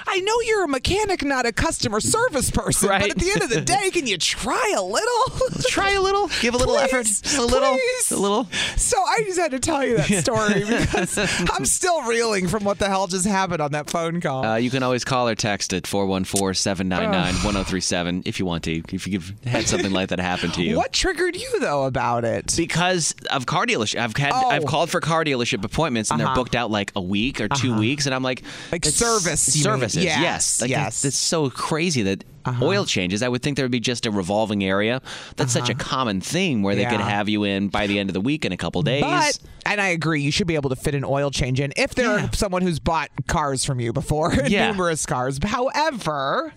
I know you're a mechanic, not a customer service person, but at the end of the day, can you try a little? try a little. Give a little effort. Just a little. A little. So I just had to tell you that story *laughs* because I'm still reeling from what the hell just happened on that phone call. Uh, you can always call or text at 414-799-1037 if you want to. If you've had something like that happen to you. What triggered you though about it? Because of car dealership, I've had I've called for car dealership appointments and Oh. Uh-huh. they're booked out like a week or 2 Uh-huh. weeks, and I'm like, Like it's- service, you mean. services, Yes, Uh-huh. yes, Like, It's, it's so crazy that oil changes. I would think there would be just a revolving area. That's such a common thing where they could Uh-huh. Yeah. have you in by the end of the week in a couple days. But and I agree, you should be able to fit an oil change in if they're someone who's bought cars from you before, *laughs* Yeah. numerous cars. However,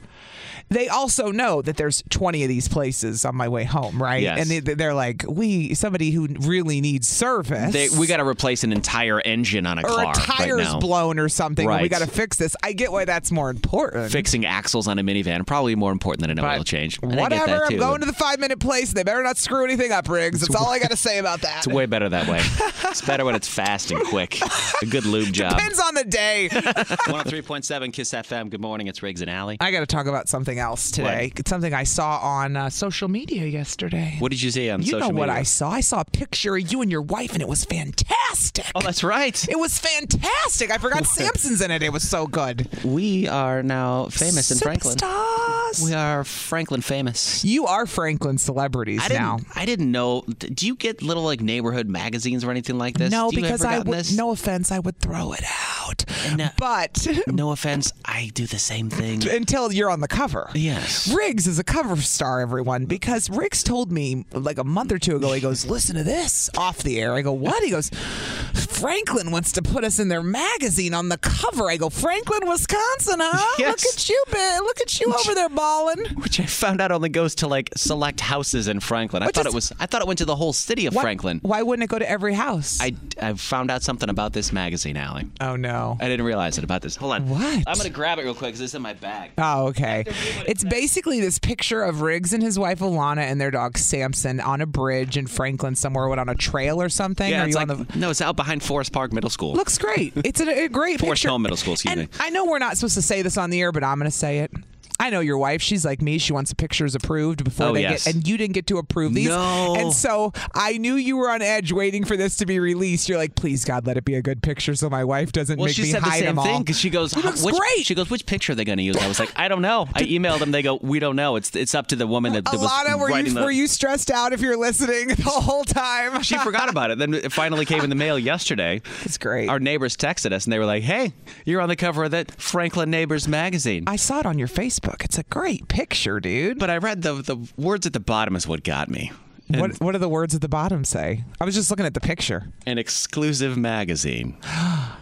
they also know that there's 20 of these places on my way home, right? Yes. And they, they're like, we somebody who really needs service. They, we got to replace an entire engine on a or car a right tire's now. blown or something. and We Right. got to fix this. I get why that's more important. Fixing axles on a minivan probably more important than an oil change. And I get Whatever. that I'm too, going but to the five minute place. They better not screw anything up, Riggs. That's all I got to say *laughs* about that. It's *laughs* way better that way. it's better when it's fast and quick. A good lube job. Depends on *laughs* *laughs* the day. 103.7 Kiss FM. Good morning. It's Riggs and Alley. I got to talk about something else today. It's something I saw on uh, social media yesterday. What did you see on you know social media? what I saw? I saw a picture of you and your wife, and it was fantastic. *laughs* Oh, that's right. It was fantastic. I forgot Samson's in it. It was so good. We are now famous in Franklin. Superstars. We are Franklin famous. You are Franklin celebrities I didn't, now. I didn't know. Do you get little like neighborhood magazines or anything like this? No, Do you because have I forgotten would. this? No offense, I would throw it out. but *laughs* no offense, I do the same thing until you're on the cover. Mm. Yes, Mm. Riggs is a cover star, everyone, because Riggs told me like a month or two ago. He goes, "Listen to this off the air." I go, "What?" He goes, "Franklin wants to put us in their magazine on the cover." I go, "Franklin, Wisconsin, *laughs* huh? Look at you, Ben. Look at you over there balling." Which I *laughs* found out only goes to like select houses in Franklin. I thought it was. I thought it went to the whole city of Why- Franklin. Why wouldn't it go to every house? I, I found out something about this magazine, Allie. Oh no! I didn't realize it about this. Hold on. What? I'm gonna grab it real quick because it's in my bag. Oh, okay. It's basically this picture of Riggs and his wife Alana and their dog Samson on a bridge in Franklin somewhere, what on a trail or something. yeah, Are it's you on like, no, it's out behind Forest Park Middle School. the- Looks great. It's a, a great Forest picture. Hill Middle School. Excuse me. I know we're not supposed to say this on the air, but I'm going to say it. I know your wife. She's like me. She wants the pictures approved before Oh, they yes. get, and you didn't get to approve these. No. And so I knew you were on edge, waiting for this to be released. You're like, please God, let it be a good picture, so my wife doesn't Well, make she me said the hide same them all. thing because she goes, He looks which, great. She goes, which picture are they going to use? I was like, I don't know. I emailed them. They go, we don't know. It's it's up to the woman that, that Alana, was were writing you the. were you stressed out if you're listening *laughs* the whole time? she forgot about it. Then it finally came in the mail yesterday. *laughs* It's great. Our neighbors texted us and they were like, "Hey, you're on the cover of that Franklin Neighbors magazine." I saw it on your Facebook. It's a great picture, dude. But I read the the words at the bottom is what got me. What what do the words at the bottom say? I was just looking at the picture. An exclusive magazine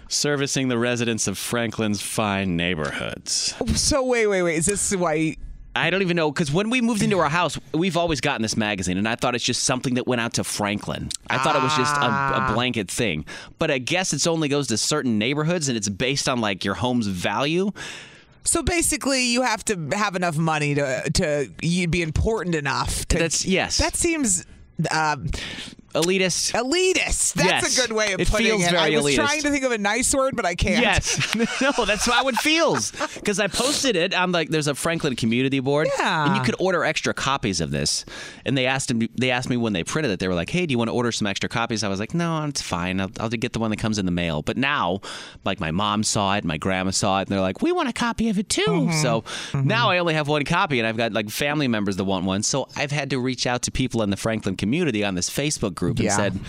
servicing the residents of Franklin's fine neighborhoods. So wait, wait, wait. Is this why? I don't even know because when we moved into our house, we've always gotten this magazine, and I thought it's just something that went out to Franklin. I thought it was just a, Ah. a blanket thing, but I guess it's only goes to certain neighborhoods, and it's based on like your home's value. So basically, you have to have enough money to to you'd be important enough. To, That's yes. That seems. Um, elitist. Elitist. That's Yes. a good way of It putting feels it. very I was elitist. trying to think of a nice word, but I can't. Yes. *laughs* No, that's how it feels. Because I posted it on like there's a Franklin community board. Yeah. And you could order extra copies of this. And they asked him they asked me when they printed it. They were like, Hey, do you want to order some extra copies? I was like, No, it's fine. I'll, I'll get the one that comes in the mail. But now, like my mom saw it, my grandma saw it, and they're like, We want a copy of it too. Mm-hmm. So now I only have one copy and I've got like family members that want one. So I've had to reach out to people in the Franklin community on this Facebook group Yeah. and said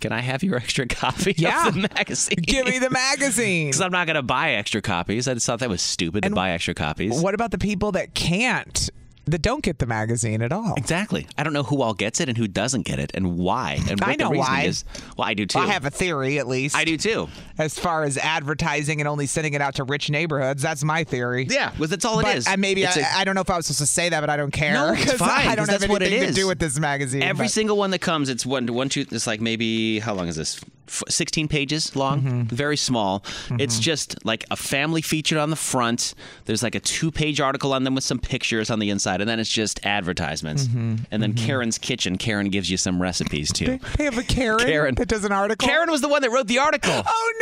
can I have your *laughs* extra copy Yeah. of the magazine? Give me *laughs* the magazine. Because I'm not going to buy extra copies. I just thought that was stupid to buy extra copies. What about the people that can't, that don't get the magazine at all? Exactly. I don't know who all gets it and who doesn't get it and why. And I what know the reason why. is. Well, I do too. I have a theory, at least. I do too. As far as advertising and only sending it out to rich neighborhoods, that's my theory. Yeah, well, that's all it but is. I, maybe I It's I a- I don't know if I was supposed to say that, but I don't care. No, it's *laughs* 'cause fine, I don't 'cause have that's what it anything to is. do with this magazine. Every but- single one that comes, it's one, one, two. It's like maybe how long is this? F- Sixteen pages long, Mm-hmm. very small. It's just like a family featured on the front. There's like a two-page article on them with some pictures on the inside, and then it's just advertisements. Mhm, And then Karen's kitchen. Karen gives you some recipes too. *laughs* They have a *laughs* Karen, Karen. that does an article. Karen was the one that wrote the article. *gasps* Oh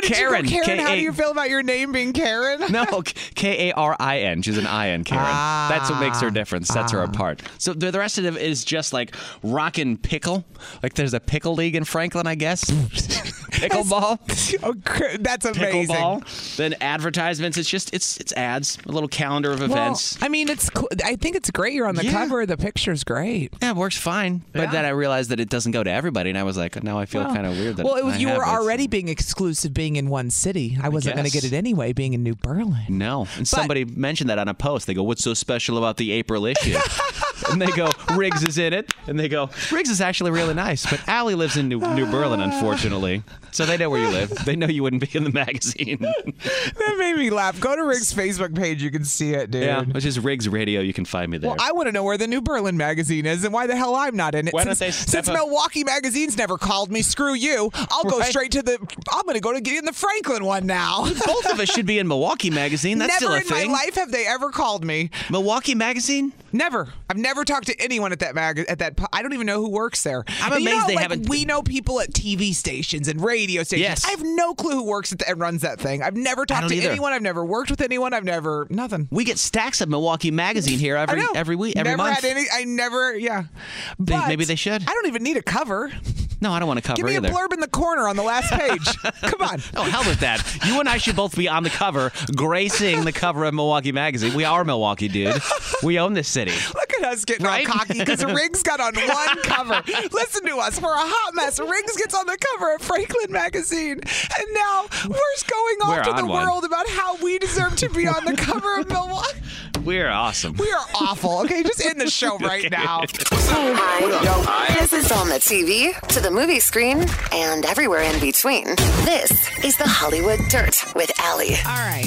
no! Did Karen, You go, Karen, how K-A- do you feel about your name being Karen? *laughs* *laughs* No, K A R I N. She's an I N Karen. That's what makes her different. Sets her apart. So the, the rest of it is just like rockin' pickle. Like there's a pickle league in Franklin, I *laughs* guess. Pickleball. oh, cr- that's amazing. Pickleball. Then advertisements. It's just it's it's ads. A little calendar of events. Well, I mean, it's. Cool. I think it's great. You're on the Yeah. cover. The picture's great. Yeah, it works fine. But then I realized that it doesn't go to everybody, and I was like, now I feel kind of weird. That well, it was I you have were it. already being exclusive, being in one city. I wasn't going to guess. get it anyway, being in New Berlin. No. And somebody mentioned that on a post. They go, What's so special about the April *laughs* issue? and they go, Riggs is in it. And they go, Riggs is actually really nice. But Allie lives in New, New Berlin, unfortunately. So they know where you live. They know you wouldn't be in the *laughs* magazine. *laughs* that made me laugh. Go to Rick's Facebook page. You can see it, dude. yeah. Which is Riggs Radio. You can find me there. Well, I want to know where the New Berlin magazine is and why the hell I'm not in it. Why don't since they step since up- Milwaukee magazine's never called me, screw you. I'll go Right. straight to the. I'm going to go to get in the Franklin one now. Both of us should be in Milwaukee Magazine. *laughs* That's never in still a thing. my life have they ever called me. Milwaukee Magazine? Never. I've never talked to anyone at that mag at that. po- I don't even know who works there. I'm And you know amazed how, they like, haven't- We know people at TV stations and radio stations. Yes. I have no clue who works at the, and runs that thing. I've never talked don't to either. anyone. I've never worked with anyone. I've never nothing. We get stacks of Milwaukee Magazine here I every know. every week, every never month. had any. I never. Yeah. They- But maybe they should. I don't even need a cover. no, I don't want to cover Give me either. a blurb in the corner on the last page. *laughs* Come on. Oh, hell with that. You and I should both be on the cover, gracing the cover of Milwaukee Magazine. We are Milwaukee, dude. We own this city. Look at us getting all cocky because Riggs got on *laughs* one cover. Listen to us. We're a hot mess. Riggs gets on the cover of Franklin Magazine. And now we're going off We're to the on one. world about how we deserve to be on the *laughs* cover of Milwaukee. We're awesome. We are awful. Okay, just end *laughs* the show right now. This is on the TV, to the movie screen, and everywhere in between. This is the Hollywood Dirt with Allie. All right.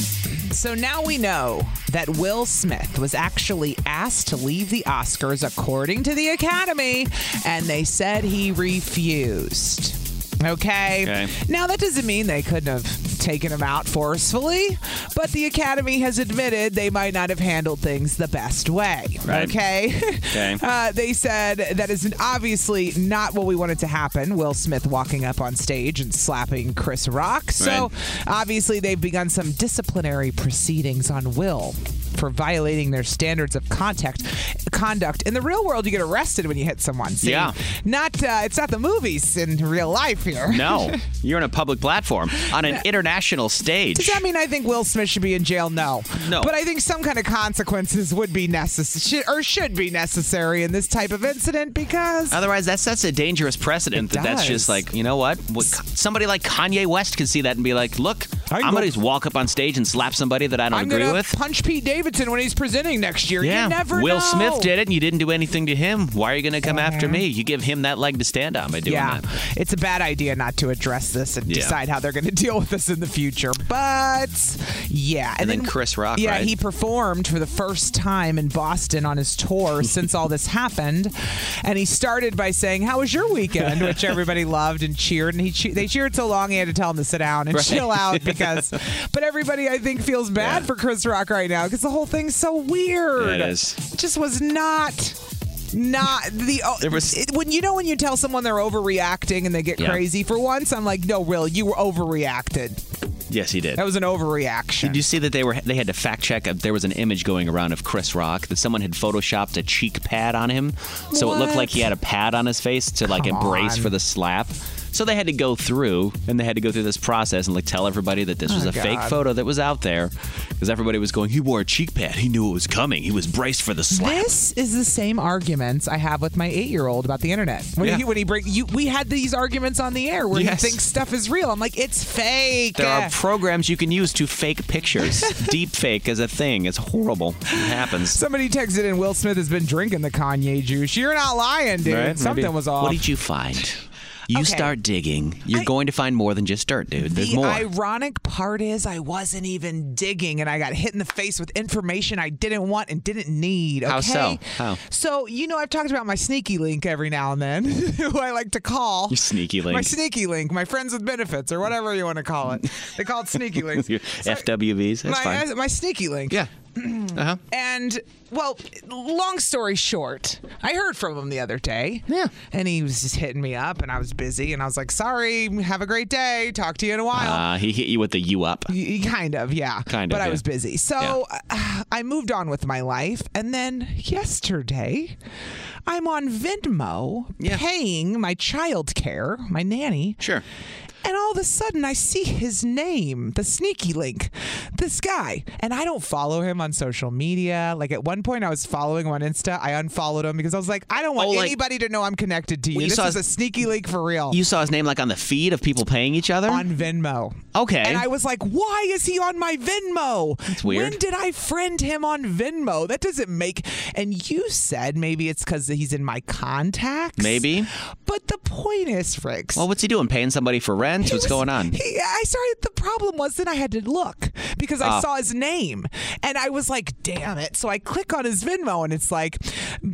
So now we know that Will Smith was actually asked to leave the Oscars according to the Academy, and they said he refused. Okay. Okay. Now, that doesn't mean they couldn't have taken him out forcefully, but the Academy has admitted they might not have handled things the best way. Right. Okay. Okay. *laughs* Uh, they said that is obviously not what we wanted to happen. Will Smith walking up on stage and slapping Chris Rock. So Right. obviously they've begun some disciplinary proceedings on Will for violating their standards of contact conduct. In the real world, you get arrested when you hit someone. See? Yeah. Not uh, it's not the movies in real life here. No, you're on a public platform, on an international Does stage. that mean I think Will Smith should be in jail? No. No. But I think some kind of consequences would be necessary or should be necessary in this type of incident because Otherwise, that sets a dangerous precedent. That that's does. just like, you know what? what? Somebody like Kanye West could see that and be like, look, I I'm can going go- to just walk up on stage and slap somebody that I don't I'm agree gonna with. punch Pete Davidson when he's presenting next year. yeah, You never Will know. Smith did it, and you didn't do anything to him. Why are you going to come after me? You give him that leg to stand on by doing Yeah, that. it's a bad idea not to address this and Yeah. decide how they're going to *laughs* deal with this in the future. But yeah, and, And then Chris Rock, Yeah, right? he performed for the first time in Boston on *laughs* his tour since all this happened, and he started by saying, "How was your *laughs* weekend?" which everybody loved and cheered, and he che- they cheered so long he had to tell him to sit down and Right. *laughs* chill out because. But everybody, I think, feels bad for Chris Rock right now because the whole thing's so weird. Yeah, it is. It just was not Not the oh, There was- it- when you know when you tell someone they're overreacting and they get Yeah. crazy. For once, I'm like, no, Will, you were overreacted. Yes, he did. That was an overreaction. Did you see that they were they had to fact check? uh, There was an image going around of Chris Rock that someone had photoshopped a cheek pad on him, so it looked like he had a pad on his face to like embrace on. for the slap. So they had to go through and they had to go through this process and like tell everybody that this was Oh, a fake God. photo that was out there because everybody was going, he wore a cheek pad, he knew it was coming, he was braced for the slap. This is the same arguments I have with my eight-year-old about the internet. When Yeah. he when he bring you, we had these arguments on the air where Yes. he thinks stuff is real. I'm like, it's fake. There are programs you can use to fake pictures. *laughs* Deep fake is a thing. It's horrible. It happens. Somebody texted in. Will Smith has been drinking the Kanye juice. You're not lying, dude. Right, Something maybe. was off. What did you find? You Okay. start digging, you're going to find more than just dirt, dude. There's the more. ironic part is I wasn't even digging and I got hit in the face with information I didn't want and didn't need. Okay? How so? How? So, you know, I've talked about my sneaky link every now and then, *laughs* who I like to call. *laughs* Your sneaky My link. sneaky link, my friends with benefits, or whatever you want to call it. They call *laughs* it sneaky links. Your FWBs. That's my, fine. my sneaky link. *clears throat* Yeah. Uh-huh. And well, long story short, I heard from him the other day. Yeah. And he was just hitting me up, and I was busy, and I was like, "Sorry, have a great day. Talk to you in a while." Uh, he hit you with the U up. Y- Kind of, yeah. Kind of. but I yeah. was busy. So uh, I moved on with my life. And then yesterday, I'm on Venmo paying my child care, my nanny. Sure. And all of a sudden, I see his name, the sneaky link, this guy. And I don't follow him on social media. Like at one point, I was following him on Insta. I unfollowed him because I was like, I don't want Oh, like- anybody to know I'm connected to you. Well, you this saw is a his- sneaky link for real. You saw his name like on the feed of people paying each other? On Venmo. Okay. And I was like, why is he on my Venmo? That's weird. When did I friend him on Venmo? That doesn't make. And you said maybe it's because he's in my contacts. Maybe. But the point is, Fricks. Well, what's he doing? Paying somebody for rent? What's going on? He, I sorry. The problem was that I had to look because I Ah. saw his name, and I was like, "Damn it!" So I click on his Venmo, and it's like,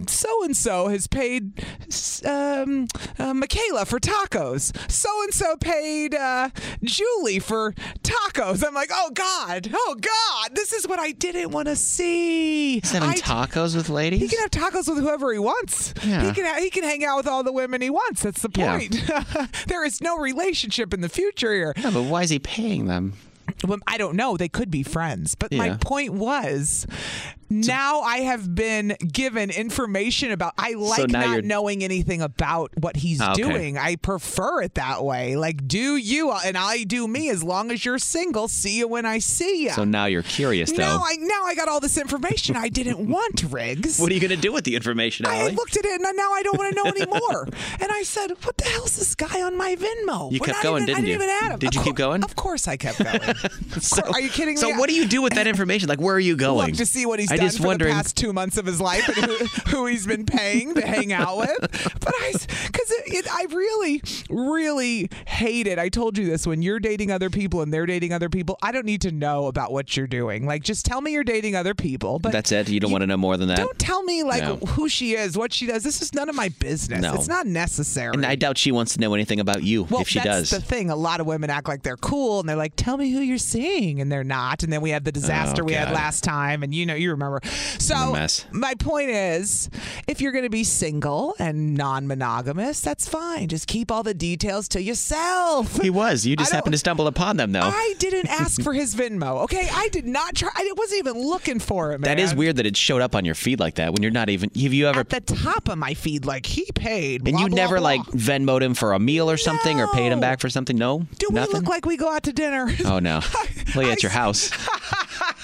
"So and so has paid um, uh, Michaela for tacos. So and so paid uh, Julie for tacos." I'm like, "Oh God! Oh God! This is what I didn't want to see." He's having I- tacos with ladies? he can have tacos with whoever he wants. Yeah. He can ha- he can hang out with all the women he wants. That's the Yeah. point. *laughs* there is no relationship in the future here. yeah, but why is he paying them? Well, I don't know. They could be friends. But my Yeah. point was now I have been given information about I like now you're- not knowing anything about what he's Ah, okay. doing. I prefer it that way. Like do you and I do me as long as you're single. See you when I see you. So now you're curious, though. now I now I got all this information I didn't want, Riggs. What are you going to do with the information, I Allie? had looked at it and now I *laughs* don't want to know anymore. and I said, "What the hell's this guy on my Venmo?" You We're kept not going, even- I didn't you? didn't even add him. Did Of you cour- keep going? Of course, I kept going. *laughs* Of cour- are you kidding So me? what do you do with *laughs* that information? Like, where are you going? Look to see what he's I done just for wondering. the past two months of his life and who, who he's been paying to hang out with. But I, because it, it, I really, really hate it. I told you this when you're dating other people and they're dating other people. I don't need to know about what you're doing. Like, just tell me you're dating other people. But That's it. You don't want to know more than that. don't tell me like No. who she is, what she does. This is none of my business. No. It's not necessary. And I doubt she wants to know anything about you well, if she does. that's the thing. A lot of women act like they're cool and they're like, "Tell me who you're seeing," and they're not. And then we had the disaster Oh, we had God. last time, and you know, you remember. So mess. my point is, if you're going to be single and non-monogamous, that's fine. Just keep all the details to yourself. he was. You just happened to stumble upon them, though. I didn't ask for his Venmo. Okay, I did not try. I wasn't even looking for it, man. That is weird that it showed up on your feed like that when you're not even. Have you ever? At the top of my feed, like he paid. and blah, you blah, never blah. like Venmoed him for a meal or something, or paid him back for something. No, Do we nothing. look like we go out to dinner? *laughs* oh *laughs* no, play at your house,